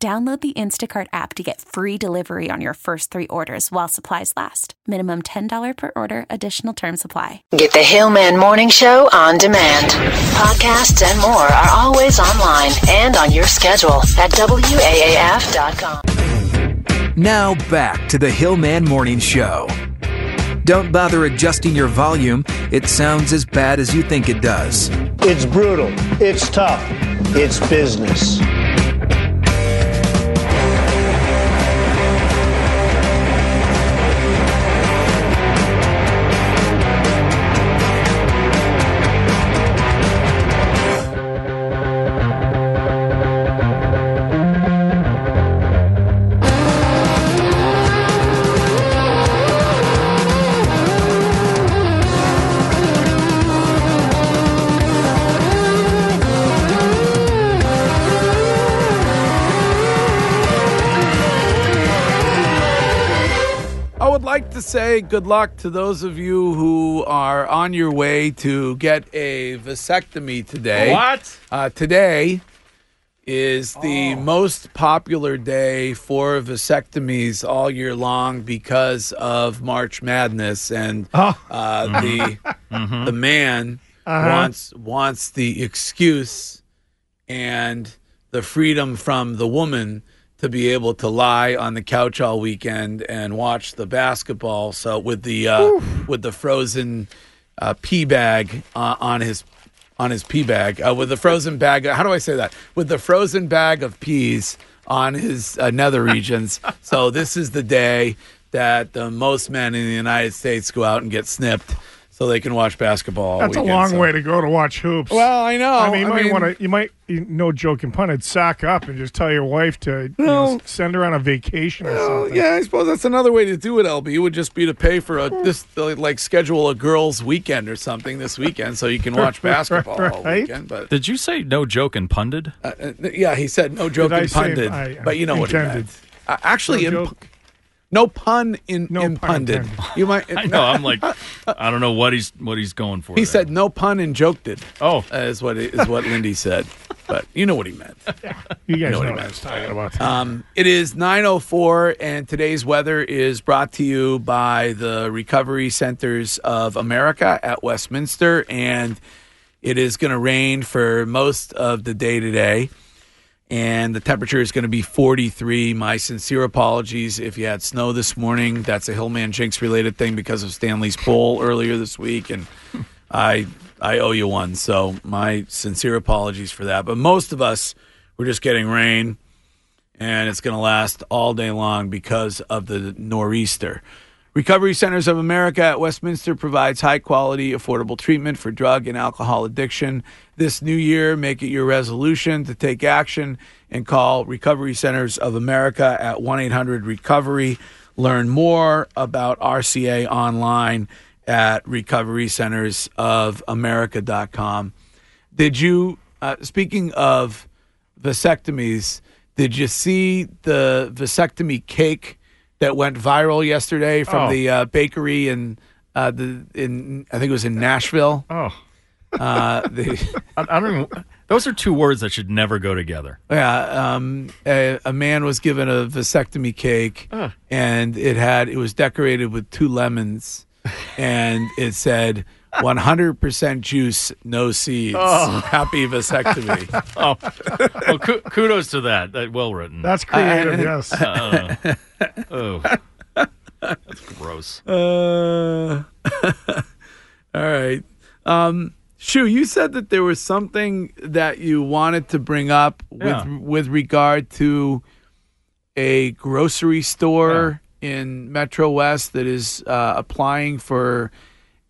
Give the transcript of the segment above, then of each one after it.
Download the Instacart app to get free delivery on your first three orders while supplies last. Minimum $10 per order, additional term supply. Get the Hillman Morning Show on demand. Podcasts and more are always online and on your schedule at WAAF.com. Now back to the Hillman Morning Show. Don't bother adjusting your volume, it sounds as bad as you think it does. It's brutal. It's tough. It's business. I would like to say good luck to those of you who are on your way to get a vasectomy today. What? Uh, today is the most popular day for vasectomies all year long because of March Madness, and uh, the the man wants wants the excuse and the freedom from the woman to be able to lie on the couch all weekend and watch the basketball. So with the uh, with the frozen uh, pee bag uh, on his on his pee bag uh, with the frozen bag. How do I say that? With the frozen bag of peas on his uh, nether regions. so this is the day that the most men in the United States go out and get snipped. So they can watch basketball. all That's a weekend. long So- way to go to watch hoops. Well, I know. I mean, you I might mean- want to. You might, you, no joke and pun, it, sock up and just tell your wife to you know, No. s- send her on a vacation or Well, something. Oh, yeah, I suppose that's another way to do it. LB would just be to pay for a this like schedule a girls' weekend or something this weekend, so you can watch basketball all Right? weekend. But Did you say no joke and pundit? uh, uh, yeah, he said no joke I and say pundit, I- but you know what he intended. meant. Uh, actually, No no, joke. no pun in No in pun pundit. intended. You might. I know. I'm like, I don't know what he's what he's going for. he there. said no pun and joked it. "Oh, Uh, is what is what Lindy said, but you know what he meant. You know guys know, what I what I meant. was talking about. Um, it is 9.04, and today's weather is brought to you by the Recovery Centers of America at Westminster, and it is going to rain for most of the day today, and the temperature is going to be 43. My sincere apologies if you had snow this morning. That's a Hillman Jinx-related thing because of Stanley's poll earlier this week, and I I owe you one, so my sincere apologies for that. But most of us, we're just getting rain and it's going to last all day long because of the nor'easter. Recovery Centers of America at Westminster provides high quality, affordable treatment for drug and alcohol addiction. This new year, make it your resolution to take action and call Recovery Centers of America at 1 800 Recovery. Learn more about RCA online at recoverycentersofamerica.com. Did you, uh, speaking of vasectomies, did you see the vasectomy cake that went viral yesterday from Oh. the uh, bakery in uh, the in I think it was in Nashville? oh, Uh, the, I, I don't. Even, those are two words that should never go together. yeah, um, a, a man was given a vasectomy cake, and it had it was decorated with two lemons, and it said. 100% juice, no seeds. Happy vasectomy. Oh, well, ku- kudos to that. That well written. That's creative. yes. oh, that's gross. Uh, all right. Um, Shu, you said that there was something that you wanted to bring up Yeah. with with regard to a grocery store in Metro West that is uh, applying for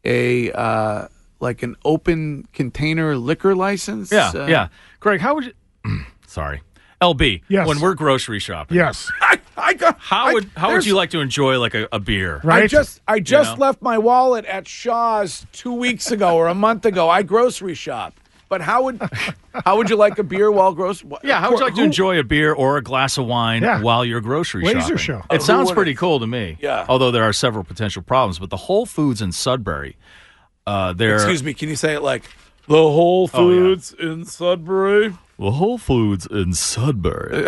a uh, like an open container liquor license. Yeah, Uh, yeah. Greg, how would you? sorry, LB, Yes. when we're grocery shopping, Yes. I, I got, how I- would how would there's- you like to enjoy like a, a beer? Right. I just I just know? left my wallet at Shaw's two weeks ago or a month ago. I grocery shop, but how would how would you like a beer while grocery? Yeah, how would you like to enjoy a beer or a glass of wine Yeah. while you're grocery Laser shopping? show. It Oh, Who sounds would've? pretty cool to me. Yeah. Although there are several potential problems, but the Whole Foods in Sudbury, uh, they're Excuse me, can you say it like the Whole Oh, yeah. Foods in Sudbury? Well, Whole Foods in Sudbury.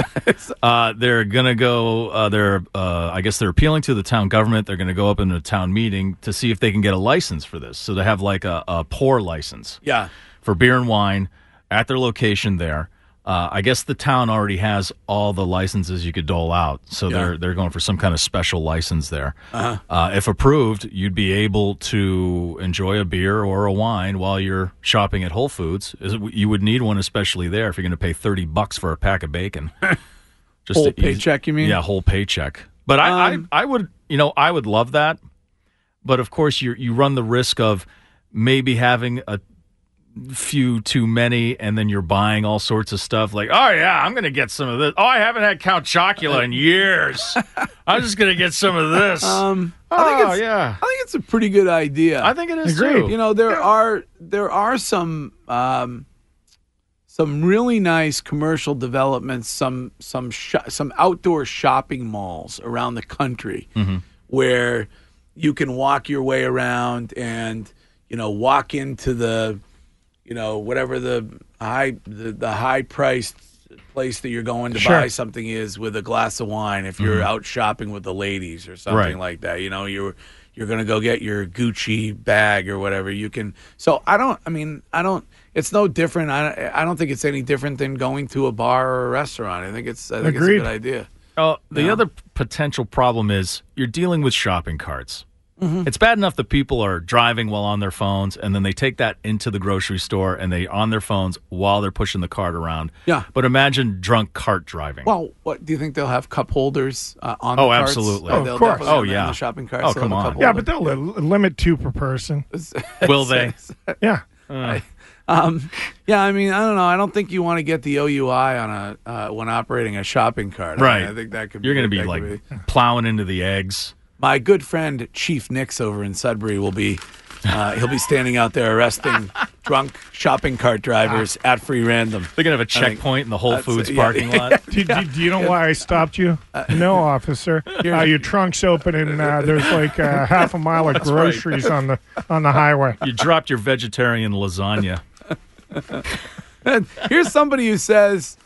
uh, they're gonna go. Uh, they're, uh, I guess, they're appealing to the town government. They're gonna go up in a town meeting to see if they can get a license for this. So they have like a, a pour license Yeah. for beer and wine at their location there. Uh, I guess the town already has all the licenses you could dole out, so Yeah. they're they're going for some kind of special license there. Uh-huh. if approved, you'd be able to enjoy a beer or a wine while you're shopping at Whole Foods. Is it- You would need one, especially there, if you're going to pay thirty bucks for a pack of bacon. Just Whole to ease- paycheck, you mean? Um, Yeah, whole paycheck. But I, I, I would, you know, I would love that. But of course, you you run the risk of maybe having a few too many, and then you're buying all sorts of stuff. Like, oh yeah, I'm gonna get some of this. Oh, I haven't had Count Chocula in years. I'm just gonna get some of this. Um, I think oh it's, yeah, I think it's a pretty good idea. I think it is Agreed. too. you know there are there are some um, some really nice commercial developments some some sh- some outdoor shopping malls around the country where you can walk your way around and you know walk into the you know whatever the high the, the high priced place that you're going to Sure. Mm-hmm. buy something is with a glass of wine if you're out shopping with the ladies or something Right. like that you know you're you're going to go get your Gucci bag or whatever you can so I don't I mean I don't it's no different I I don't think it's any different than going to a bar or a restaurant I think it's I think Agreed. it's a good idea Oh, the other p- potential problem is you're dealing with shopping carts. Mm-hmm. It's bad enough that people are driving while on their phones, and then they take that into the grocery store and they on their phones while they're pushing the cart around. Yeah. But imagine drunk cart driving. Well, what do you think they'll have cup holders uh, on? the Oh, carts? absolutely. Uh, Oh, of they'll course. definitely Oh, have them in yeah. The shopping carts. Oh, they'll have come a on. cup Yeah, holder. but they'll li- limit two per person. Will they? Yeah. um, yeah, I mean, I don't know. I don't think you want to get the OUI on a uh, when operating a shopping cart. I mean, Right. I, think that could. You're going to that be could like plowing into the eggs. my good friend Chief Nix over in Sudbury will be. Uh, he'll be standing out there arresting drunk shopping cart drivers at free random. They're going to have a think checkpoint in the Whole that's- Foods yeah, parking lot. Do, do, do you know why I stopped you? no, officer. Uh, your trunk's open, and uh, there's like uh, half a mile of groceries on the on the highway. You dropped your vegetarian lasagna. And here's somebody who says,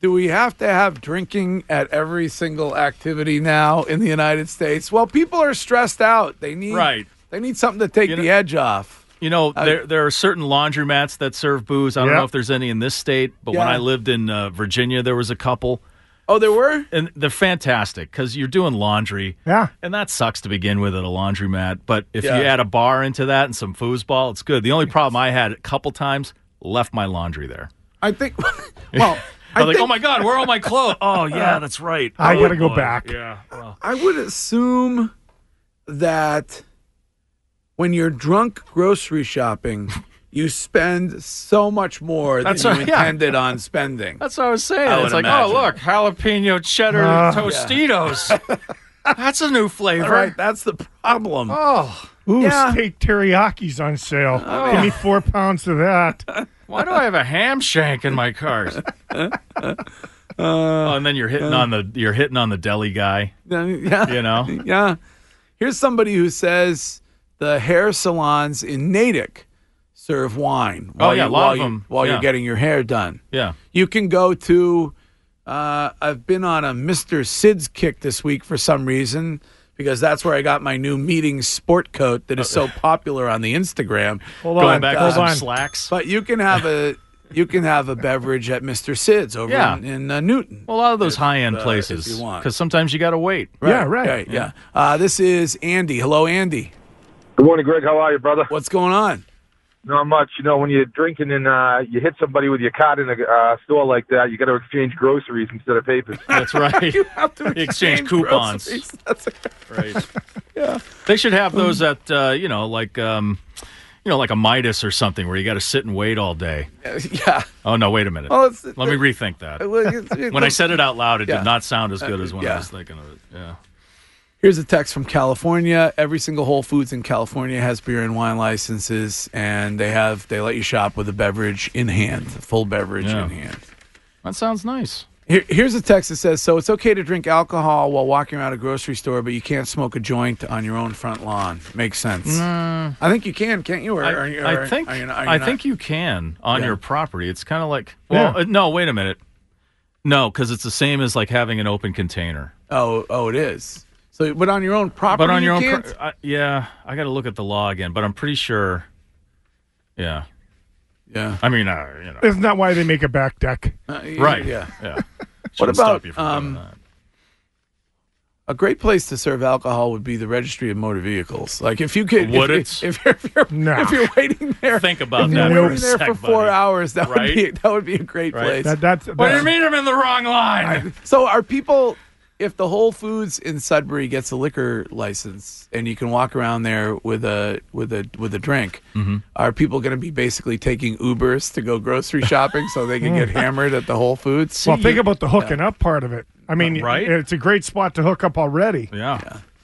"Do we have to have drinking at every single activity now in the United States?" Well, people are stressed out. They need Right. They need something to take You know- the edge off. You know, there there are certain laundromats that serve booze. I don't Yeah. know if there's any in this state, but when Yeah. I lived in uh, Virginia, there was a couple. Oh, there were. and they're fantastic because you're doing laundry. Yeah. And that sucks to begin with at a laundromat. But if Yeah. you add a bar into that and some foosball, it's good. The only problem I had a couple times, left my laundry there. I think. Well, I I was like, think oh my God, where are all my clothes? oh, yeah, that's right. I Oh, gotta go boy. back. Yeah. well, I would assume that when you're drunk grocery shopping, you spend so much more That's than you right, yeah. intended on spending. that's what I was saying. I would it's like, imagine. oh, look, jalapeno cheddar Uh, Tostitos. that's a new flavor. All right, that's the problem. Oh, Ooh, Yeah. steak teriyaki's on sale. Give me four pounds of that. why do I have a ham shank in my cart? Uh, oh, and then you're hitting on the you're hitting on the deli guy. yeah. You know? yeah. Here's somebody who says the hair salons in Natick serve wine. Oh, while yeah, you- a lot while of you- them. while Yeah. you're getting your hair done. Yeah. You can go to. Uh, I've been on a Mr. Sid's kick this week for some reason because that's where I got my new meeting sport coat that is so popular on the Instagram. uh, Hold going on. back hold to some on. slacks. But you can have a you can have a beverage at Mr. Sid's over Yeah. in, in uh, Newton. Well, a lot of those high end uh, if places, you want. because sometimes you got to wait. Yeah, right. Right. Yeah. Uh, this is Andy. Hello, Andy. Good morning, Greg. How are you, brother? What's going on? Not much. You know, when you're drinking and uh, you hit somebody with your card in a uh, store like that, you got to exchange groceries instead of papers. That's right. have to Exchange coupons. groceries. That's- right. Yeah. They should have those at uh, you know like um, you know, like a Midas or something where you got to sit and wait all day. yeah. Oh, no, wait a minute. Well, it's- Let me rethink that. Well, it's- When I said it out loud, it Yeah. Uh, did not sound as good as when yeah. I was thinking of it. Yeah. Here's a text from California. Every single Whole Foods in California has beer and wine licenses, and they have they let you shop with a beverage in hand, a full beverage Yeah. in hand. That sounds nice. Here, here's a text that says, "So it's okay to drink alcohol while walking around a grocery store, but you can't smoke a joint on your own front lawn." Makes sense. I think you can, can't you? Or, Mm. I, are you- I are- think are you not- are you I not? think you can on Yeah. your property. It's kind of like well, Yeah. uh, no, wait a minute, no, because it's the same as like having an open container. Oh, oh, it is. So, but on your own property, But on your you own, can't? pro- I, yeah, I got to look at the law again. But I'm pretty sure, yeah. yeah, I mean, uh, you know, Isn't that why they make a back deck? Uh, y- right? Yeah. yeah. What Shouldn't stop about, you from doing um, that. A great place to serve alcohol would be the registry of motor vehicles. Like if you could, Would if, it? if you're if you're, Nah. if you're waiting there, Think if about you're that for a waiting there for sec, four buddy. hours, that would Right? be that would be a great Right? place. That, that's, What do that's- you mean I'm in the wrong line? so, are people? If the Whole Foods in Sudbury gets a liquor license and you can walk around there with a with a with a drink, Mm-hmm. are people going to be basically taking Ubers to go grocery shopping so they can get hammered at the Whole Foods? Well, think about the hooking up part of it. I mean, Uh, Right? it's a great spot to hook up already. Yeah.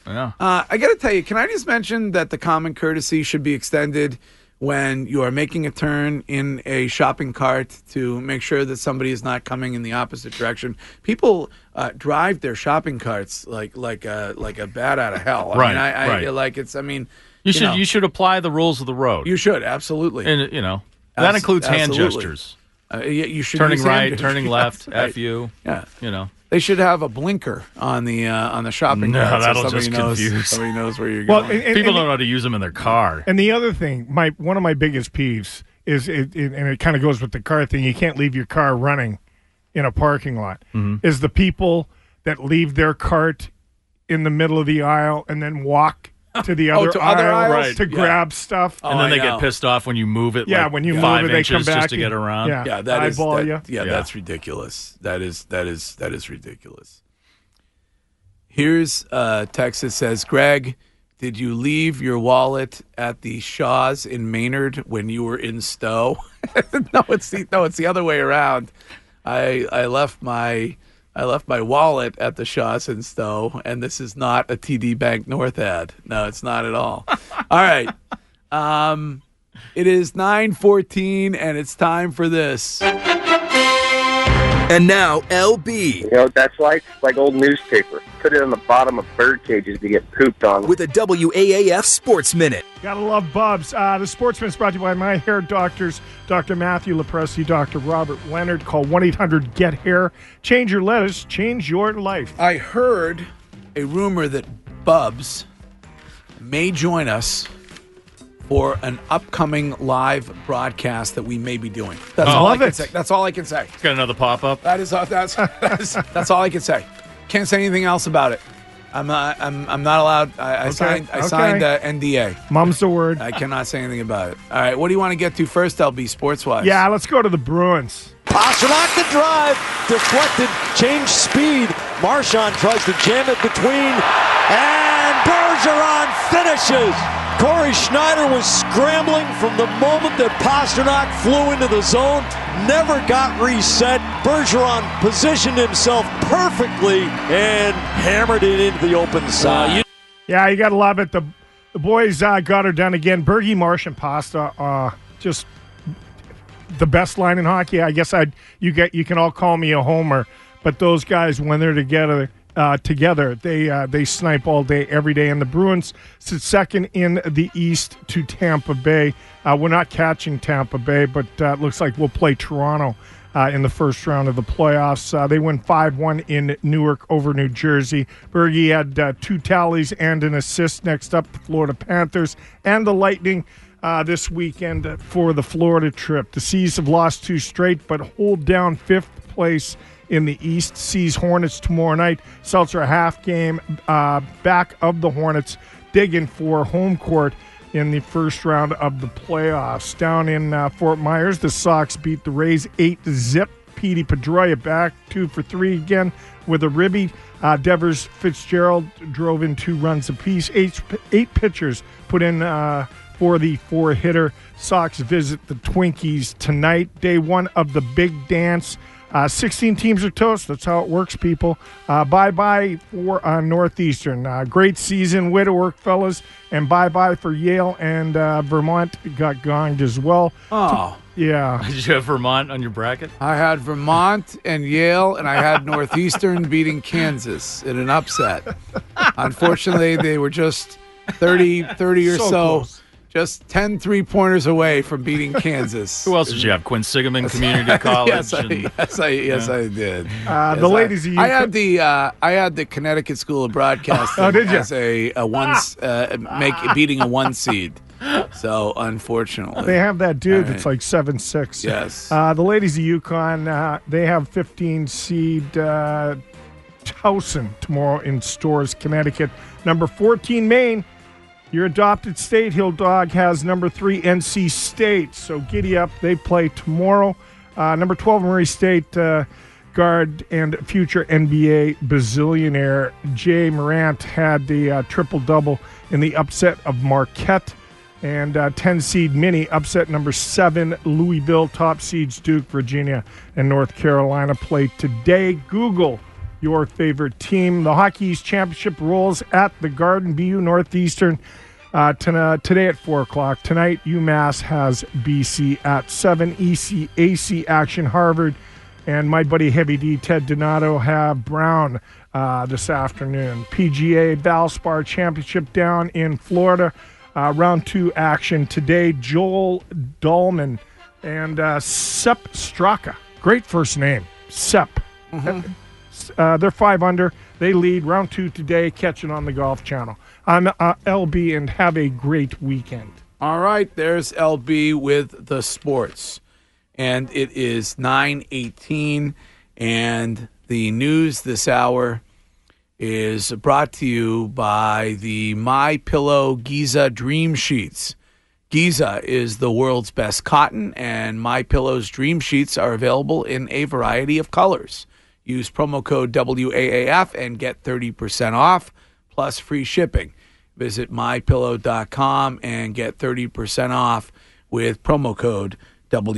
yeah, Uh, I got to tell you, can I just mention that the common courtesy should be extended when you are making a turn in a shopping cart to make sure that somebody is not coming in the opposite direction. People uh, drive their shopping carts like like a like a bat out of hell. I Right, mean, I, I right. feel like it's. I mean, You should know, you should apply the rules of the road, you should absolutely. and you know that Abs- includes hand absolutely. gestures, Uh, you, you should turning use hand right, gestures. turning left, Right. f you, Yeah. you know. They should have a blinker on the uh, on the shopping No, cart. that'll so somebody just knows, confuse. Somebody knows where you're Well, going. and, and- People and- don't know how to use them in their car. And the other thing, my one of my biggest peeves is it, it and it kind of goes with the car thing. You can't leave your car running in a parking lot. Mm-hmm. Is the people that leave their cart in the middle of the aisle and then walk to the Oh, other, to other aisle aisles? to Right. grab stuff. Oh, and then I they know. get pissed off when you move it. yeah, like, when you five move it, they come inches back just to get around. Yeah, yeah, that is eyeball that- you. Yeah, Yeah. that's ridiculous. That is that is that is ridiculous. Here's uh, Texas says, Greg, did you leave your wallet at the Shaw's in Maynard when you were in Stowe? no, it's the no, it's the other way around. I I left my I left my wallet at the Shaw's in Stowe, and this is not a TD Bank North ad. No, it's not at all. all right. Um, it is 9:14 and it's time for this. And now, LB You know what that's like? It's like old newspaper. Put it on the bottom of bird cages to get pooped on. with a WAAF Sports Minute. Gotta love Bubs. Uh, the Sportsman is brought to you by My Hair Doctors, Dr. Matthew Lepresti, Dr. Robert Leonard. Call 1 800 GET HAIR. Change your lettuce, change your life. I heard a rumor that Bubs may join us for an upcoming live broadcast that we may be doing. That's all I Oh. Love can it. say. That's all I can say. Got another pop up. That is that's that's, that's all I can say. Can't say anything else about it. I'm not I'm, I'm not allowed. I, I signed I okay. signed uh, NDA. Mum's the word. I cannot say anything about it. All right, what do you want to get to first, LB sports wise? Yeah, let's go to the Bruins. Pasternak the drive, deflected, changed speed. Marshawn tries to jam it between, and Bergeron finishes. Corey Schneider was scrambling from the moment that Pasternak flew into the zone, never got reset. Bergeron positioned himself perfectly and hammered it into the open side. Yeah, you gotta love it. The the boys uh, got her done again. Bergie, Marsh, and Pasta. Uh, just the best line in hockey. I guess I you get you can all call me a homer, but those guys when they're together. Uh, together, they uh, they snipe all day, every day, and the Bruins sit second in the East to Tampa Bay. Uh, we're not catching Tampa Bay, but uh, it looks like we'll play Toronto uh, in the first round of the playoffs. Uh, they win 5 1 in Newark over New Jersey. Bergie had uh, two tallies and an assist. Next up, the Florida Panthers and the Lightning uh, this weekend for the Florida trip. The Seas have lost two straight, but hold down fifth place in the East. Seas Hornets tomorrow night. Celts are a half game uh, back of the Hornets, digging for home court in the first round of the playoffs. Down in uh, Fort Myers, the Sox beat the Rays 8 zip. Petey Pedroia back two for three again with a ribby. Uh, Devers Fitzgerald drove in two runs apiece. Eight, eight pitchers put in uh, for the four hitter. Sox visit the Twinkies tonight, day one of the big dance. Uh, 16 teams are toast. That's how it works, people. Uh, bye bye for uh, Northeastern. Uh, great season, way to work, fellas. And bye bye for Yale and uh, Vermont got gonged as well. Oh. Yeah. Did you have Vermont on your bracket? I had Vermont and Yale, and I had Northeastern beating Kansas in an upset. Unfortunately, they were just 30, 30 or So so, close. just 10 three pointers away from beating Kansas. Who else did you have? Quinn Sigerman Community College. yes, I, and- yes, I, yes, I did. Uh, Yes, the I- ladies of I, UT had the uh, I had the Connecticut School of Broadcasting Oh, did ya? as a, a one s- uh, make beating a one seed. So unfortunately, They have that dude All that's right. like seven six. Yes. Uh, the ladies of UConn, uh, they have 15 seed uh, Towson tomorrow in stores, Connecticut. Number 14, Maine. Your adopted state, Hill Dog, has number three, NC State. So giddy up. They play tomorrow. Uh, number 12, Murray State uh, guard and future NBA bazillionaire Jay Morant had the uh, triple double in the upset of Marquette. And uh, 10 seed mini upset number seven, Louisville. Top seeds Duke, Virginia, and North Carolina play today. Google your favorite team. The Hockey East Championship rolls at the Garden BU Northeastern uh, ton- uh, today at 4 o'clock. Tonight, UMass has BC at E 7, EC, AC action, Harvard, and my buddy Heavy D, Ted Donato, have Brown uh, this afternoon. PGA Valspar Championship down in Florida. Uh, round two action today. Joel Dahlman and uh, Sep Straka. Great first name, Sep. Uh, they're five under. They lead round two today, catching on the Golf Channel. I'm uh, LB, and have a great weekend. All right, there's LB with the sports. And it is 9:18 and the news this hour is brought to you by the My Pillow Giza Dream Sheets. Giza is the world's best cotton and My Pillow's Dream Sheets are available in a variety of colors. Use promo code WAAF and get 30% off plus free shipping. Visit mypillow.com and get 30% off with promo code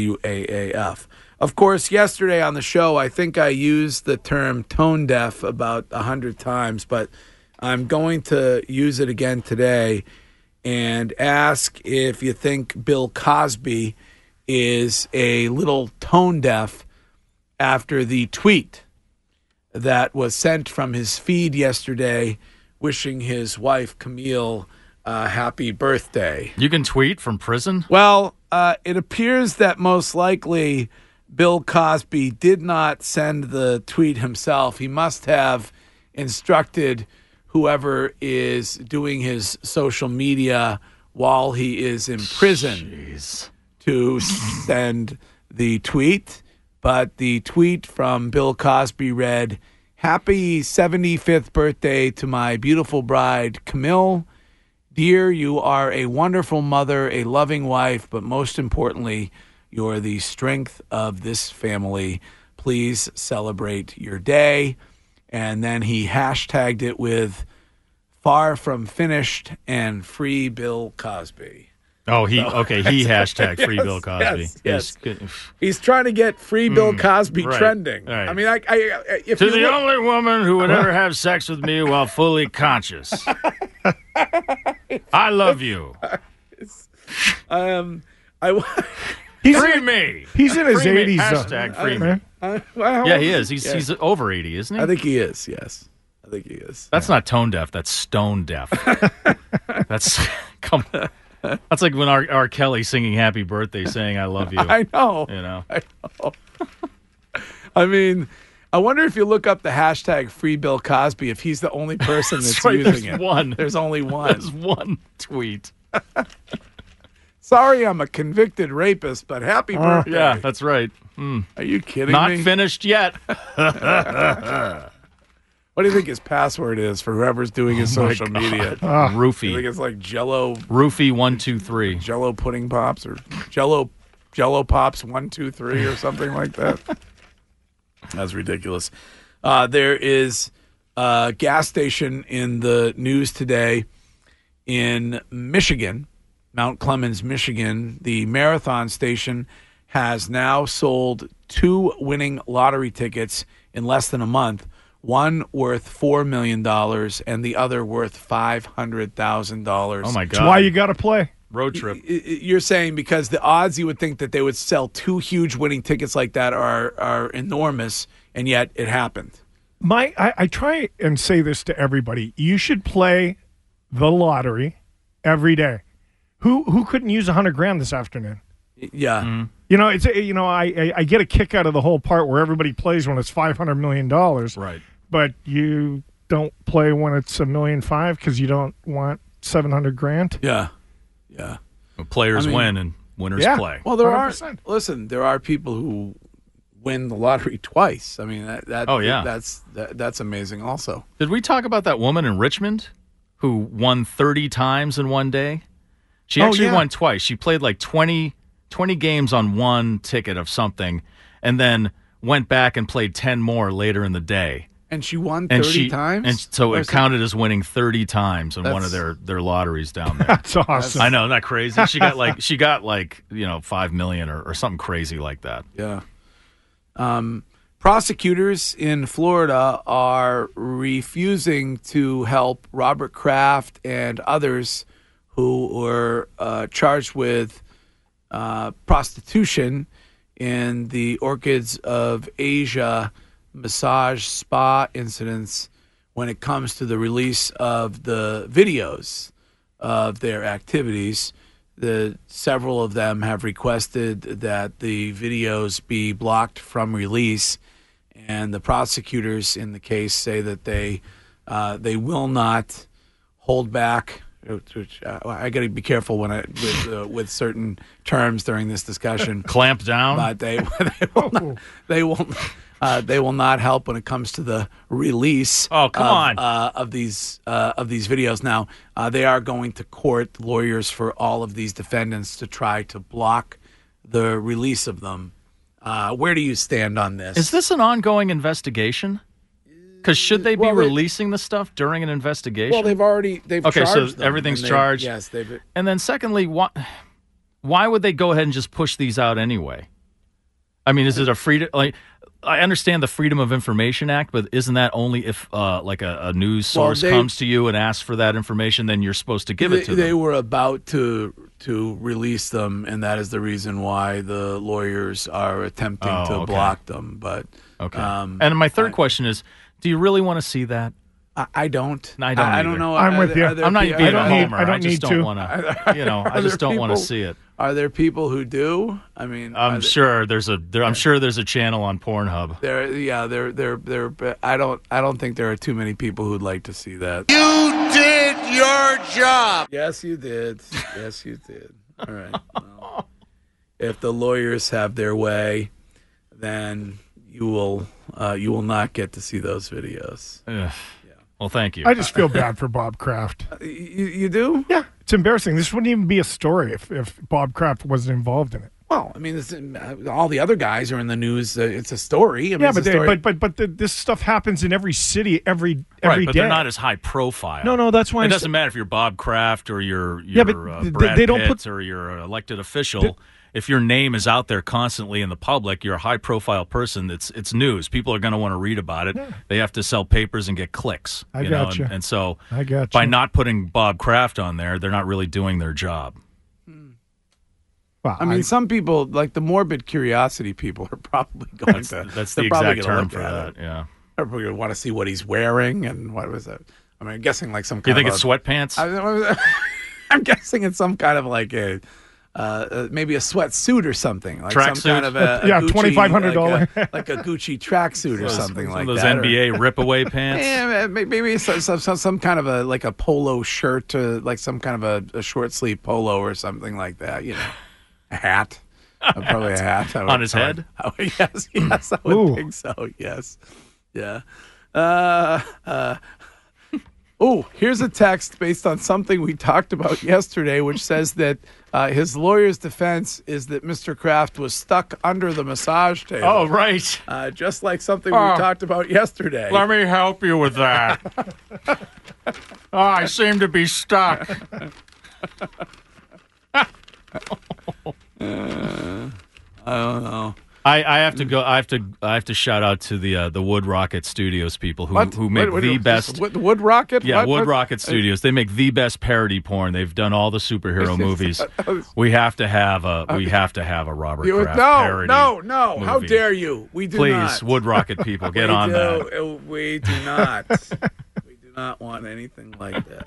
WAAF. Of course, yesterday on the show, I think I used the term tone deaf about 100 times, but I'm going to use it again today and ask if you think Bill Cosby is a little tone deaf after the tweet that was sent from his feed yesterday wishing his wife Camille uh, happy birthday. You can tweet from prison? Well, uh, it appears that most likely Bill Cosby did not send the tweet himself. He must have instructed whoever is doing his social media while he is in prison Jeez. to send the tweet, but the tweet from Bill Cosby read, Happy 75th birthday to my beautiful bride, Camille. Dear, you are a wonderful mother, a loving wife, but most importantly, you're the strength of this family. Please celebrate your day. And then he hashtagged it with far from finished and free Bill Cosby. Oh, he okay. He hashtag free Bill Cosby. yes, He's yes. good- He's trying to get free Bill Cosby Hmm, right, trending. right. I mean, I, I if To you the look- only woman who would ever have sex with me while fully conscious. I love you. um, I wa- He's Free in, me. he's in his Free me. 80s. though. Hashtag free me. Right? Yeah, he is. He's Yeah. he's over eighty, isn't he? I think he is. Yes, I think he is. that's not tone deaf. That's stone deaf. that's come. That's like when R. R. Kelly singing "Happy Birthday," saying "I love you." I know. you know. I know. I mean, I wonder if you look up the hashtag free Bill Cosby if he's the only person that's, That's right, using there's it. one. There's only one. That's one tweet. Sorry, I'm a convicted rapist, but happy birthday. Uh, Yeah, that's right. Mm. Are you kidding Not me? finished yet. what do you think his password is for whoever's doing his Oh social media? I think Roofie. it's like Jello Roofie one two three. Jello pudding pops or Jello Jello pops one two three or something like that. That's ridiculous. Uh, there is a gas station in the news today in Michigan, Mount Clemens, Michigan, the Marathon Station has now sold two winning lottery tickets in less than a month, one worth $4 million and the other worth $500,000. Oh, my That's why you got to play. Road trip. I- I- You're saying because the odds you would think that they would sell two huge winning tickets like that are are enormous, and yet it happened. My, I, I try and say this to everybody: you should play the lottery every day. Who who couldn't use a hundred grand this afternoon? Yeah, Mm-hmm. You know, it's you know, I, I I get a kick out of the whole part where everybody plays when it's five hundred million dollars, Right. but you don't play when it's a million five because you don't want seven hundred grand. yeah, yeah. Players I mean- win and winners Yeah. play. Well, there are 100%. listen, there are people who win the lottery twice. I mean, that, that Oh, yeah. that's that, that's amazing. Also, Did we talk about that woman in Richmond who won 30 times in one day? She Oh, actually yeah. won twice. She played like 20, 20 games on one ticket of something and then went back and played 10 more later in the day. and she won And thirty she times, and so Or it is counted as winning 30 times in one of That's- their their lotteries down there. It's awesome. I know, isn't that crazy? She got like she got like, you know, 5 million or, or something crazy like that. Yeah. Um, prosecutors in Florida are refusing to help Robert Kraft and others who were uh, charged with uh, prostitution in the Orchids of Asia massage spa incidents when it comes to the release of the videos of their activities. The several of them have requested that the videos be blocked from release, and the prosecutors in the case say that they uh, they will not hold back. Which, which, uh, I got to be careful when I with, uh, with certain terms during this discussion. Clamp down. But they they will not, they will uh, they will not help when it comes to the release. Oh, come of, on. Uh, of these uh, of these videos. Now uh, they are going to court lawyers for all of these defendants to try to block the release of them. Uh, where do you stand on this? Is this an ongoing investigation? Because should they be Well, they- releasing the stuff during an investigation? well, they've already they've Okay, so charged them, everything's and they- charged. Yes, they've and then secondly, why why would they go ahead and just push these out anyway? I mean, is it a freedom? Like, I understand the Freedom of Information Act, but isn't that only if uh, like a, a news Well, source they- comes to you and asks for that information, then you're supposed to give they, it to they them? were about to to release them, and that is the reason why the lawyers are attempting Oh, to okay. block them. But okay. um, and my third question is, do you really want to see that? I, I don't. I don't I, either. don't know. I'm Are with there- you. are there I'm not pe- being are a don't there- need- homer. I don't just need don't to. want to. You know, I Are just there don't want to people- see it. Are there people who do? I mean, are I'm there- sure there's a there, I'm sure there's a channel on Pornhub. There, yeah, there, there, there. But I don't, I don't think there are too many people who'd like to see that. You did your job. Yes, you did. Yes, you did. All right. Well, if the lawyers have their way, then you will, uh, you will not get to see those videos. Ugh. Well, thank you. I just feel bad for Bob Kraft. Uh, You, you do? Yeah, it's embarrassing. This wouldn't even be a story if, if Bob Kraft wasn't involved in it. Well, I mean, it's, uh, all the other guys are in the news. Uh, it's a story. I mean, Yeah, it's but a they, story. but but but the, this stuff happens in every city every right, every but day. they're not as high profile. no, no, that's why It I'm doesn't sa- matter if you're Bob Kraft or you're, Yeah, you're but uh, th- they- Brad they don't Pitt put- or you're an elected official. if your name is out there constantly in the public, you're a high profile person. It's it's news. People are going to want to read about it. They have to sell papers and get clicks. I you know, gotcha. And, and so I gotcha. by not putting Bob Kraft on there, they're not really doing their job. Well, I mean, some people like the morbid curiosity people are probably going That's, to. that's the they're probably exact gonna term look for at it. that. Yeah. Everybody would want to see what he's wearing and what was that? I mean, I'm guessing like some. Do you Kind of think it's sweatpants? I, am guessing it's some kind of like a. Uh, uh, maybe a sweatsuit or something, like some Tracksuit? kind of a, a Yeah, Gucci, $2,500 like a- like a Gucci tracksuit or Those- something some like of those that. or- NBA ripaway pants. yeah, may- maybe some, some, some, some kind of a like a polo shirt, uh, like some kind of a, a short sleeve polo or something like that. You know, a hat, Uh, probably a hat I On his I head? Hmm. I would- Oh, yes, yes, I would Ooh. think so. Yes, yeah. Uh, uh, oh, here's a text based on something we talked about yesterday, which says that uh, his lawyer's defense is that Mr. Kraft was stuck under the massage table. Oh, right. Uh, just like something Oh. we talked about yesterday. Let me help you with that. Ah, oh, I seem to be stuck. I, I have to go. I have to. I have to shout out to the uh, the Wood Rocket Studios people who What? who make What- what- the this- best. Wood, Wood Rocket? yeah, What- Wood what- Rocket Studios. They make the best parody porn. They've done all the superhero movies. We have to have a. We have to have a Robert You- Kraft no, parody. no, no! How movie. dare you? We do Please, not. Wood Rocket people, get we on do, that. uh, We do not. we do not want anything like that.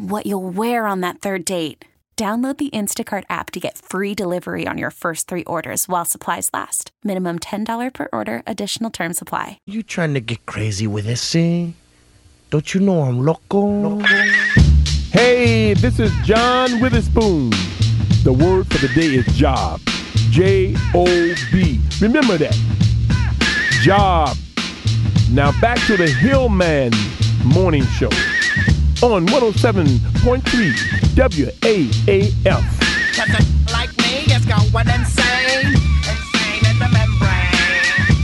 what you'll wear on that third date. Download the Instacart app to get free delivery on your first three orders while supplies last. Minimum $10 per order, additional term supply. You trying to get crazy with this, eh? Don't you know I'm loco? Hey, this is John Witherspoon. The word for the day is job. J O B. Remember that. Job. Now back to the Hillman Morning Show on 107.3 WAAF. Cause a like me is going insane. Insane in the membrane.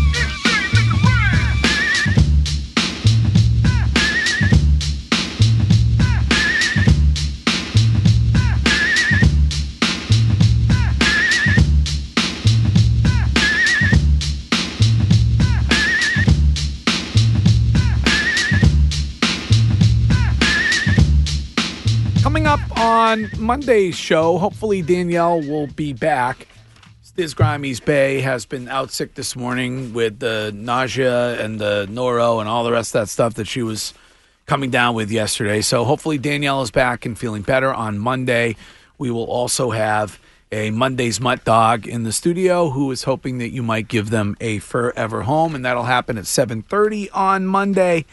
Coming up on Monday's show, hopefully Danielle will be back. Stiz Grimes Bay has been out sick this morning with the nausea and the noro and all the rest of that stuff that she was coming down with yesterday. So hopefully Danielle is back and feeling better on Monday. We will also have a Monday's Mutt Dog in the studio who is hoping that you might give them a forever home, and that'll happen at 7.30 on Monday.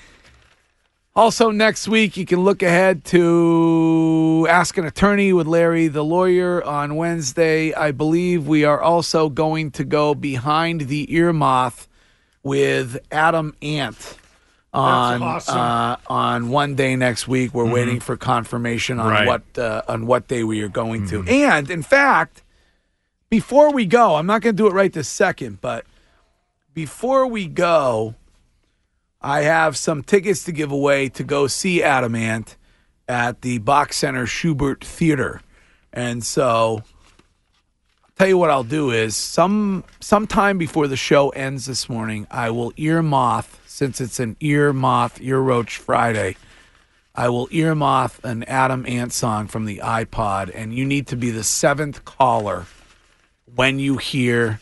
Also, next week, you can look ahead to Ask an Attorney with Larry the Lawyer on Wednesday. I believe we are also going to go behind the earmoth with Adam Ant on awesome. uh, on one day next week. We're waiting for confirmation on Right. what uh, on what day we are going to. And in fact, before we go, I'm not going to do it right this second, but before we go, I have some tickets to give away to go see Adamant at the Box Center Schubert Theater. And so tell you what I'll do is some sometime before the show ends this morning, I will ear moth since it's an ear moth ear roach Friday. I will ear moth an Adam Ant song from the iPod, and you need to be the seventh caller when you hear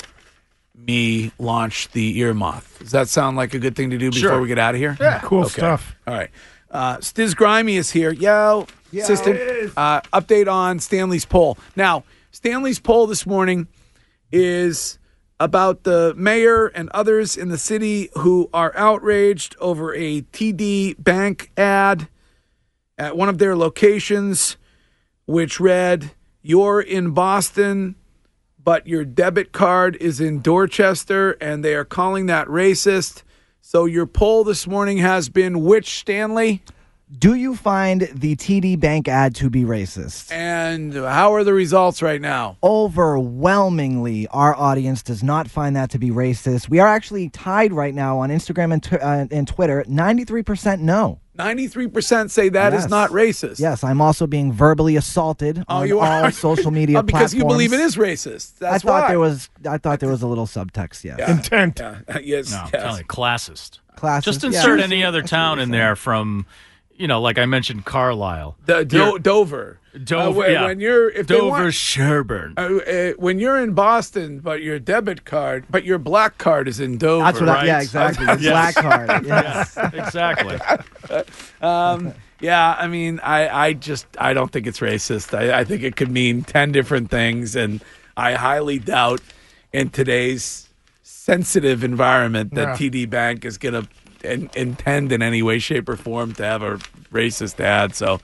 me launch the ear moth. Does that sound like a good thing to do before Sure. we get out of here? Yeah. Cool Okay. stuff. All right. Uh, Stiz Grimy is here. Yo, Yo, assistant. it is. Uh, update on Stanley's poll. Now, Stanley's poll this morning is about the mayor and others in the city who are outraged over a TD bank ad at one of their locations, which read, You're in Boston, but your debit card is in Dorchester, and they are calling that racist. So your poll this morning has been which Stanley? Do you find the TD Bank ad to be racist? Oh. And how are the results right now? Overwhelmingly, our audience does not find that to be racist. We are actually tied right now on Instagram and, tw- uh, and Twitter. 93% no. 93% say that is Yes. not racist. Yes, I'm also being verbally assaulted Oh, on you all are? social media Oh, because platforms. you believe it is racist. That's I thought why. there was I thought there was a little subtext, yes. Yeah. Intent. yes. No, I'm yes. telling you, classist. Classist, Just yeah. insert any other town in there from, you know, like I mentioned, Carlisle. The Do- Dover. Dover, Uh, when, yeah. when you're if they Dover, want- Sherburne. uh, uh, when you're in Boston, but your debit card, but your black card is in Dover. That's what I- yeah, right? exactly. The black card, yes. Yeah, exactly. Um, yeah, I mean, I, I just I don't think it's racist. I, I think it could mean ten different things, and I highly doubt in today's sensitive environment Yeah. that TD Bank is going to in, intend in any way, shape, or form to have a racist ad. So.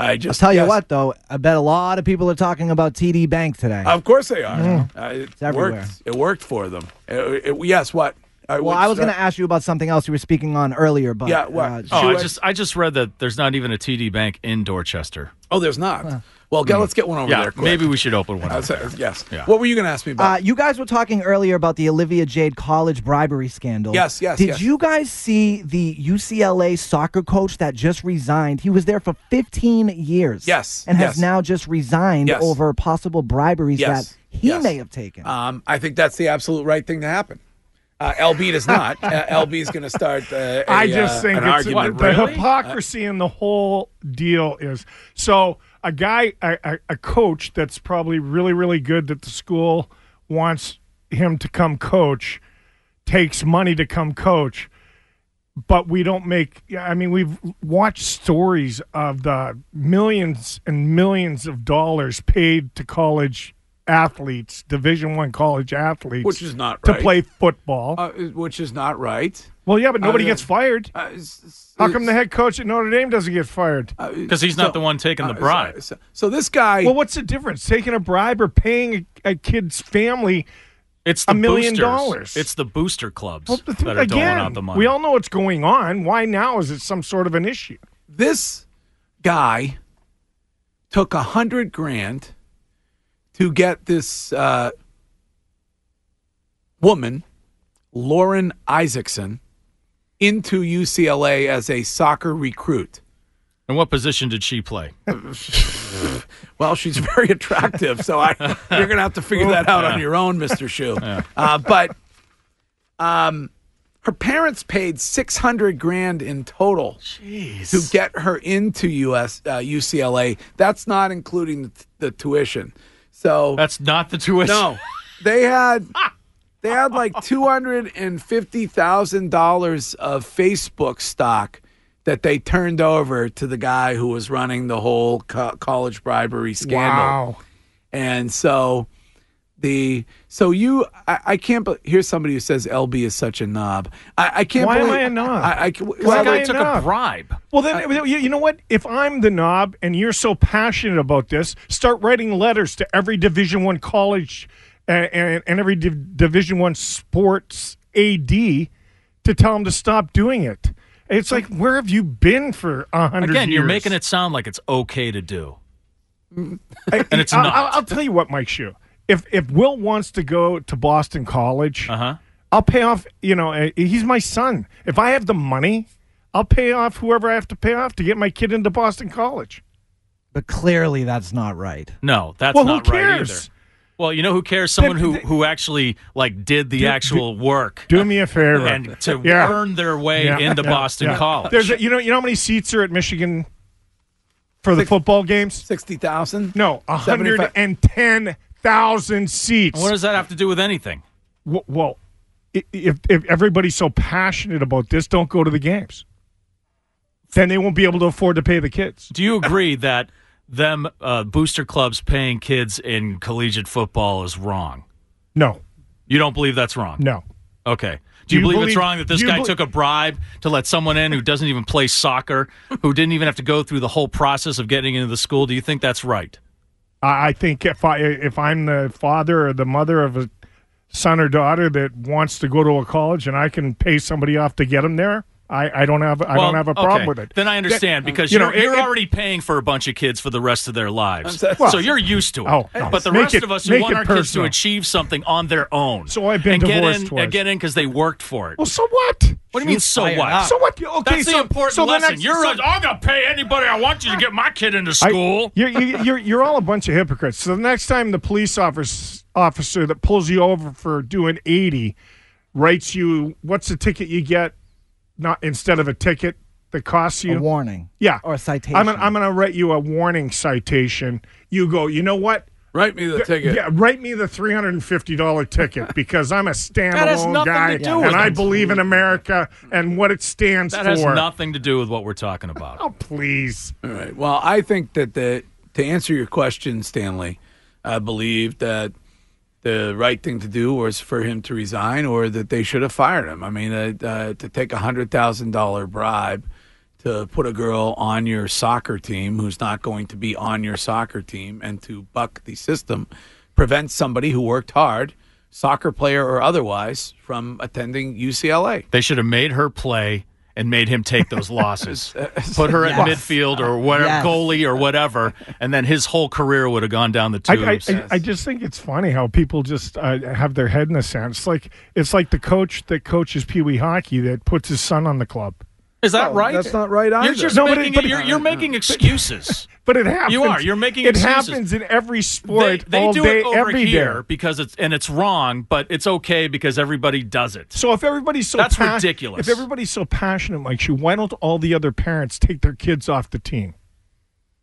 I just I'll tell you yes. what, though, I bet a lot of people are talking about TD Bank today. Of course they are. Mm. Uh, it everywhere. worked. It worked for them. It- it- yes. What? Uh, well, I was going to ask you about something else you were speaking on earlier, but Yeah, what? Oh, uh, Should I I- just I just read that there's not even a TD Bank in Dorchester. Oh, there's not. Well, go- let's get one over yeah, there. Quick. Maybe we should open one. I up was- there. yes. Yeah. What were you going to ask me about? Uh, you guys were talking earlier about the Olivia Jade college bribery scandal. Yes, yes, Did yes. you guys see the UCLA soccer coach that just resigned? He was there for 15 years. Yes, And yes. has now just resigned Yes. over possible briberies Yes, that he yes. may have taken. Um, I think that's the absolute right thing to happen. Uh, LB does not. uh, LB is going to start. Uh, a, I just uh, think an it's, argument. the Really? hypocrisy in the whole deal is so a guy, a, a, a coach that's probably really, really good that the school wants him to come coach, takes money to come coach, but we don't make. yeah, I mean, we've watched stories of the millions and millions of dollars paid to college athletes, Division One college athletes, Which is not to right. play football. Uh, which is not right. Well, yeah, but nobody Uh, gets fired. How come the head coach at Notre Dame doesn't get fired? Because he's not the one taking the bribe. uh, So, so this guy. well, what's the difference? Taking a bribe or paying a, a kid's family It's the a million boosters. dollars? It's the booster clubs Well, the thing- that are doling again, out the money. we all know what's going on. Why now is it some sort of an issue? This guy took a hundred grand to get this uh, woman, Lauren Isaacson, into UCLA as a soccer recruit. and what position did she play? Well, she's very attractive, so I you're gonna have to figure that out on your own, Mister Shu. Uh, but um, her parents paid six hundred grand in total to get her into US uh, UCLA. That's not including the, the tuition. So That's not the tuition. no, they had they had like two hundred and fifty thousand dollars of Facebook stock that they turned over to the guy who was running the whole co- college bribery scandal. Wow. And so the so you I, I can't be, here's somebody who says LB is such a knob. I, I can't. Why am believe, I a knob? I, I, Why well, am I a knob? bribe. Well, then, you you know what? If I'm the knob and you're so passionate about this, start writing letters to every Division One college and, and, and every div- Division One sports AD to tell them to stop doing it. It's like, where have you been for a hundred years? Again, you're making it sound like it's okay to do. I- and it's I'll, not. I'll, I'll tell you what, Mike Shue. If if Will wants to go to Boston College, Uh-huh. I'll pay off. You know, uh, he's my son. If I have the money, I'll pay off whoever I have to pay off to get my kid into Boston College. but clearly, that's not right. No, that's Well, who not right either. cares? Well, you know who cares? Someone who who actually like did the Do- do- actual work Do me a favor. and to Yeah. earn their way into Boston College. There's a, you know you know how many seats are at Michigan for the football games? Sixty thousand? No, hundred and ten thousand seats. what does that have to do with anything? Wh- well, i- if if everybody's so passionate about this, don't go to the games. Then they won't be able to afford to pay the kids. Do you agree that them uh, booster clubs paying kids in collegiate football is wrong? No, You don't believe that's wrong? no. Okay. Do you, You believe, it's believe- wrong that this you guy bel- took a bribe to let someone in who doesn't even play soccer, who didn't even have to go through the whole process of getting into the school? Do you think that's right? I, I think if I if I'm the father or the mother of a son or daughter that wants to go to a college and I can pay somebody off to get them there, I, I don't have I Well, don't have a problem okay. with it. Then I understand That- because you you know, are you're it- it- already paying for a bunch of kids for the rest of their lives, so- Well- so you're used to it. Oh, no. But the Make rest it- of us make who want it our kids to personal. achieve something on their own, So I've been and get divorced in, twice. and get in because they worked for it. Well, so what? what do you mean? So what? So what? Okay, That's so the important so then lesson. I- you're. so- i I'm gonna pay anybody I want you to get my kid into I- school. you're, you're, you're, you're all a bunch of hypocrites. So the next time the police officer, officer that pulls you over for doing 80 writes you, what's the ticket you get? Not instead of a ticket that costs you A warning Yeah, or a citation. I'm gonna, I'm gonna write you a warning citation. You go. You know what? Write me the Th- ticket. Yeah, write me the three hundred and fifty dollar ticket because I'm a standalone nothing guy to do and with I it. believe in America and what it stands That for. has nothing to do with what we're talking about. oh please! All right. Well, I think that the to answer your question, Stanley, I believe that the right thing to do was for him to resign, or that they should have fired him. I mean, uh, uh, to take a hundred thousand dollar bribe to put a girl on your soccer team who's not going to be on your soccer team and to buck the system prevents somebody who worked hard, soccer player or otherwise, from attending UCLA. They should have made her play and made him take those losses. Put her at Yes. midfield or whatever, Yes. goalie or whatever, and then his whole career would have gone down the I, I, tubes. I, I just think it's funny how people just uh, have their head in the sand. It's like it's like the coach that coaches Pee Wee hockey that puts his son on the club. Is that Oh, right? that's not right You're either. just No, but making, it- but it- you're, you're making excuses. But it happens. You are. You're making it excuses. happens in every They, sport they all do day, it over every day. here because it's and it's wrong, but it's okay because everybody does it. So if everybody's so that's pas- If ridiculous. everybody's so passionate, like you, why don't all the other parents take their kids off the team?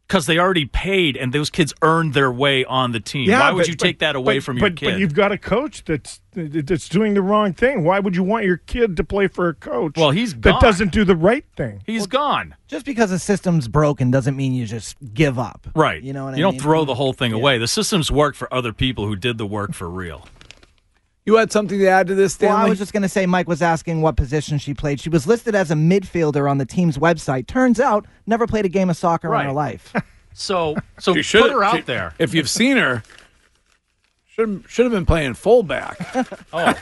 because they already paid and those kids earned their way on the team. Why would but- you take but- that away but- from but, your kid? But you've got a coach that's that's doing the wrong thing. Why would you want your kid to play for a coach? Well, he's that gone. doesn't do the right thing. He's gone. Just because a system's broken doesn't mean you just give up. Right. You know what I you don't mean? throw the whole thing away. The systems work for other people who did the work for real. You had something to add to this, Well, I was just going to say Mike was asking what position she played. She was listed as a midfielder on the team's website. Turns out, never played a game of soccer Right. in her life. So so You put should- her out she- there. If you've seen her, should should have been playing fullback. Oh,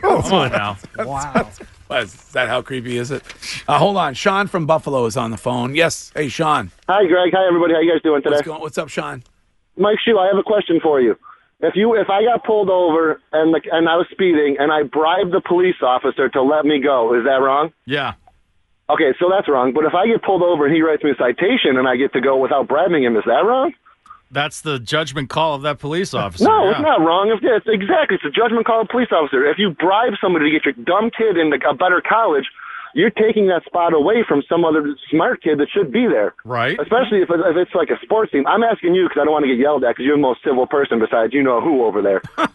come on now. Wow. Is that how creepy is it? Uh, hold on, Sean from Buffalo is on the phone. Yes, hey Sean. Hi, Greg. Hi, everybody. How you guys doing today? What's, going, what's up, Sean? Mike Shue, I have a question for you. If you if I got pulled over and the, and I was speeding and I bribed the police officer to let me go, is that wrong? Yeah. Okay, so that's wrong. But if I get pulled over and he writes me a citation and I get to go without bribing him, is that wrong? That's the judgment call of that police officer. No, it's yeah. not wrong. It's, it's exactly it's a judgment call of a police officer. If you bribe somebody to get your dumb kid into a better college, you're taking that spot away from some other smart kid that should be there. Right. Especially if, it- if it's like a sports team. I'm asking you because I don't want to get yelled at because you're the most civil person besides you know who over there. Um,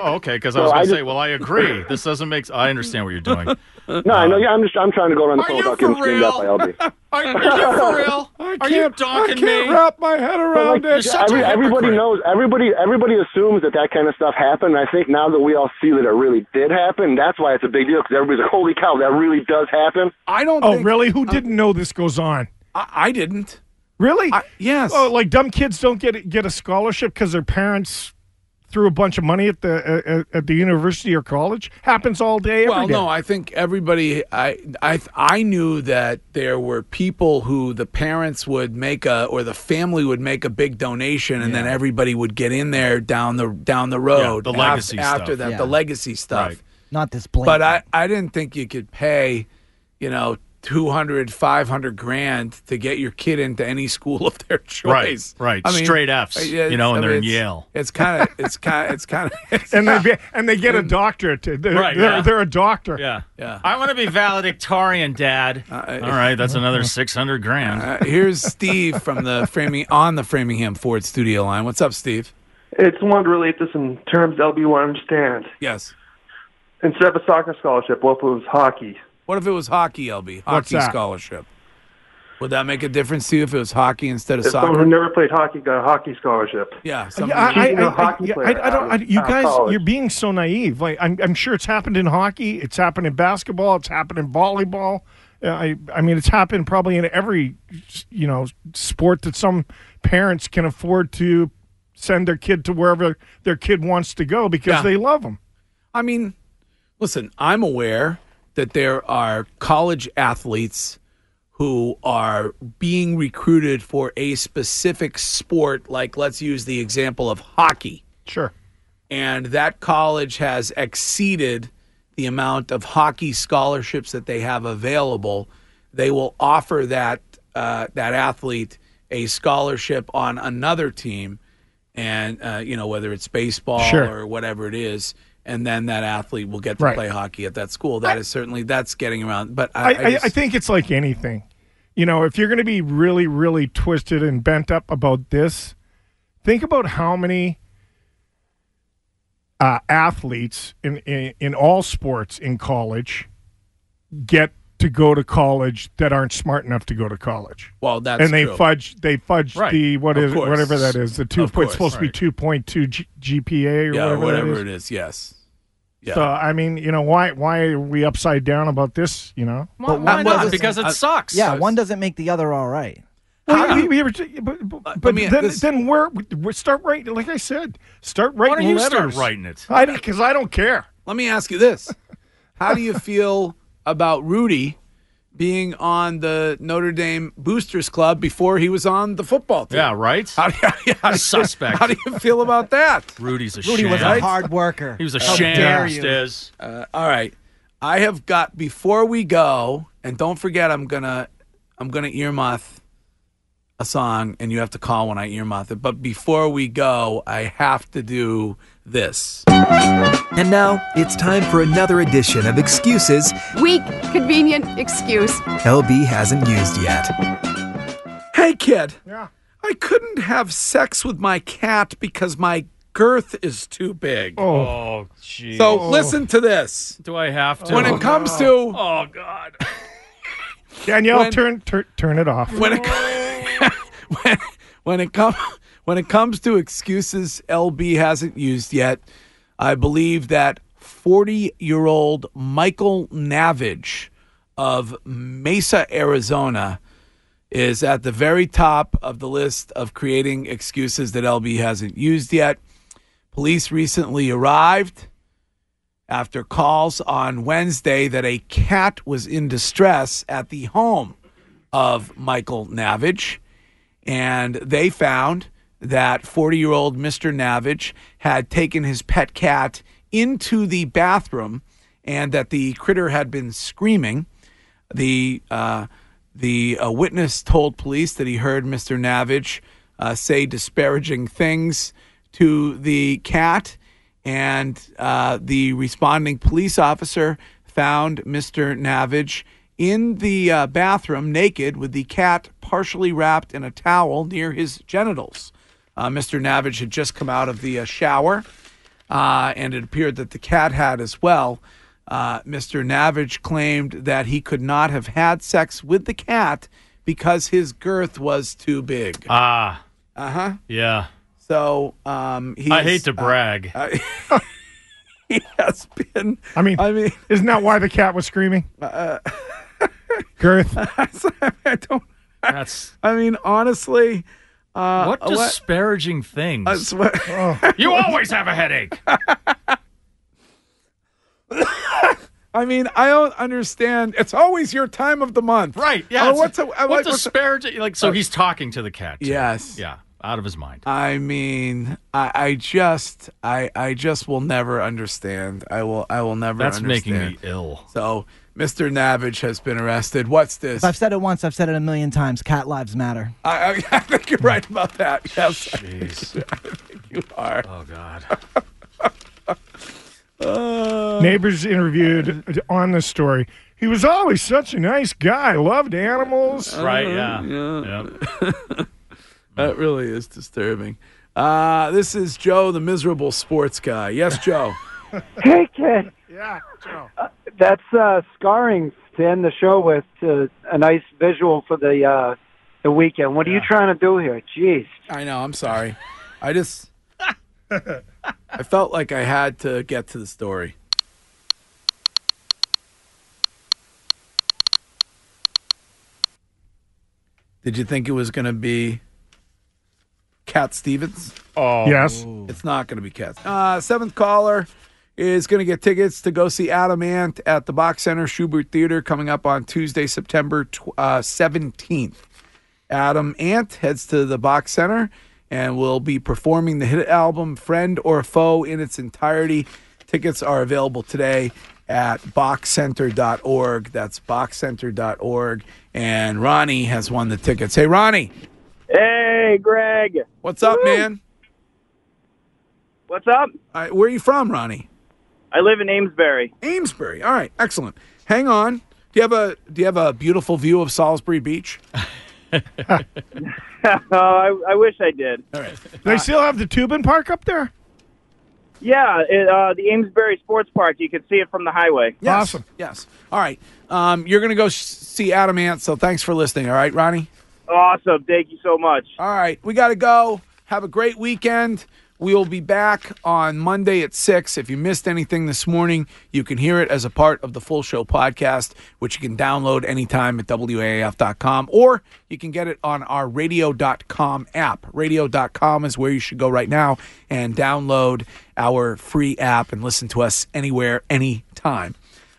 Oh, okay. Because I so was going to just- say, well, I agree. This doesn't make. I understand what you're doing. No, I know. Yeah, I'm just I'm trying to go around the phone without getting screamed up by LB. Are, are you for real? Are you I donking can't me? wrap my head But, around like, it. every- everybody knows. Everybody, everybody assumes that that kind of stuff happened. I think now that we all see that it really did happen, that's why it's a big deal. Because everybody's like, "Holy cow, that really does happen." I don't. Oh, really? Who didn't know this goes on? I, I didn't. Really? yes. Oh, like dumb kids don't get get a scholarship because their parents threw a bunch of money at the at, at the university or college. Happens all day. every well, day. no, I think everybody. I, I, I knew that there were people who the parents would make a or the family would make a big donation, and then everybody would get in there down the down the road. the af- legacy after, stuff. that, Yeah. the legacy stuff. Not this blank. But I, I didn't think you could pay, you know, 200, 500 grand to get your kid into any school of their Right, choice. right. Straight Fs, uh, you know, it's- and they're in it's- Yale. It's kind of, it's kind of, it's kind of. and they get, and they get a doctorate. They're, Right, they're, yeah. they're a doctor. Yeah. Yeah. I want to be valedictorian, Dad. All right, that's another six hundred grand. Uh, here's Steve from the framing on the Framingham Ford studio line. What's up, Steve? It's one to relate this in terms LB will understand. Yes. Instead of a soccer scholarship, what if it was hockey? What if it was hockey, LB? What's Hockey that? scholarship. Would that make a difference to you if it was hockey instead of If someone who soccer? never played hockey got a hockey scholarship. Yeah, Yeah, something- I, I, Keeping a I- hockey yeah, I- player I don't. I, out of- you out of guys, college. you're being so naive. Like I'm, I'm sure it's happened in hockey. It's happened in basketball. It's happened in volleyball. Uh, I, I mean, it's happened probably in every, you know, sport that some parents can afford to send their kid to wherever their kid wants to go because Yeah. they love them. I mean, listen, I'm aware that there are college athletes who are being recruited for a specific sport, like let's use the example of hockey. Sure. And that college has exceeded the amount of hockey scholarships that they have available. They will offer that uh, that athlete a scholarship on another team, and uh, you know whether it's baseball Sure. or whatever it is, and then that athlete will get to Right. play hockey at that school. That is certainly that's getting around. But I, I, I, I, just- I think it's like anything. You know, if you're going to be really, really twisted and bent up about this, think about how many uh, athletes in, in in all sports in college get to go to college that aren't smart enough to go to college. well, that's and they true. fudge they fudge Right. the what Of is it- course. whatever that is the two Of point it's course. supposed to be two point two G, GPA or yeah, whatever, whatever that is. it is. Yes, So I mean, you know, why why are we upside down about this? You know, But one doesn't- uh, Yeah, one doesn't make the other all right. Well, you- you- you- but but- but me- then, this- then where, where start writing? Like I said, start writing. don't you start letters. writing it? Because I, don't care. Let me ask you this: How do you feel about Rudy being on the Notre Dame Boosters Club before he was on the football team? Yeah, right. How do you, how do you- Suspect. How do you feel about that? Rudy's a Rudy was a hard worker. He was a How sham, dare you. Stiz. Uh, all right, I have got before we go, and don't forget, I'm gonna I'm gonna earmuff a song, and you have to call when I earmuff it. But before we go, I have to do this. And now it's time for another edition of excuses Weak, convenient excuse. LB hasn't used yet. Hey, kid. Yeah. I couldn't have sex with my cat because my girth is too big. Oh, jeez. So listen to this. Do I have to? When it comes to oh god, Danielle, When- turn, turn turn it off. when it when, when it comes when it comes to excuses LB hasn't used yet, I believe that 40-year-old Michael Navage of Mesa, Arizona is at the very top of the list of creating excuses that LB hasn't used yet. Police recently arrived after calls on Wednesday that a cat was in distress at the home of Michael Navage. And they found that 40 year old Mr. Navage had taken his pet cat into the bathroom and that the critter had been screaming. The, uh, the uh, witness told police that he heard Mr. Navage uh, say disparaging things to the cat and uh, the responding police officer found Mr. Navage in the uh, bathroom naked with the cat partially wrapped in a towel near his genitals. Uh, Mr. Navage had just come out of the uh, shower, uh, and it appeared that the cat had as well. Uh, Mr. Navage claimed that he could not have had sex with the cat because his girth was too big. Ah. Uh huh. yeah. So um, he. I hate to brag. he has been. I mean, I mean, isn't that why the cat was screaming? Uh, Girth. I don't. That's. I mean, honestly. Uh, what disparaging things? I swear- You always have a headache. Uh, I mean, I don't understand. It's always your time of the month, Right? Yeah. Oh, it's- what's a, I what like- what's a- disparaging? Like, so he's talking to the cat. too. Yes. Yeah. Out of his mind. I mean, I, I just, I, I just will never understand. I will, I will never. That's making understand. me ill. So, Mr. Navage has been arrested. What's this? If I've said it once, I've said it a million times. Cat lives matter. I, I, I think you're right about that. Yes, I think- I think you are. Oh God. Uh. Neighbors interviewed on this story. He was always such a nice guy. Loved animals. Right. Yeah. That really is disturbing. Uh, this is Joe, the miserable sports guy. Yes, Joe. Hey, kid. Yeah. That's uh, scarring to end the show with uh, a nice visual for the uh, the weekend. What are you trying to do here? Jeez. I know. I'm sorry. I just, I felt like I had to get to the story. Did you think it was going to be Cat Stevens? Oh, Yes. It's not going to be Cat. Uh, seventh caller is going to get tickets to go see Adam Ant at the Box Center Schubert Theater coming up on Tuesday, September tw- uh, 17th. Adam Ant heads to the Box Center and will be performing the hit album Friend or Foe in its entirety. Tickets are available today at boxcenter.org. That's boxcenter.org. And Ronnie has won the tickets. Hey, Ronnie. Hey, Greg. What's up, man? What's up? Uh, where are you from, Ronnie? I live in Amesbury. Amesbury. All right, excellent. Hang on. Do you have a Do you have a beautiful view of Salisbury Beach? oh, I, I wish I did. All right. They still have the Tubin Park up there. Yeah, it, uh, the Amesbury Sports Park. You can see it from the highway. Yes. Yes. All right. Um, you're going to go s- see Adam Ant. So thanks for listening. All right, Ronnie. Awesome. Thank you so much. All right. We got to go. Have a great weekend. We will be back on Monday at 6. If you missed anything this morning, you can hear it as a part of the full show podcast, which you can download anytime at WAAF.com or you can get it on our radio.com app. Radio.com is where you should go right now and download our free app and listen to us anywhere, anytime.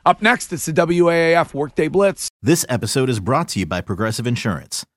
Up next, it's the WAAF Workday Blitz. This episode is brought to you by Progressive Insurance.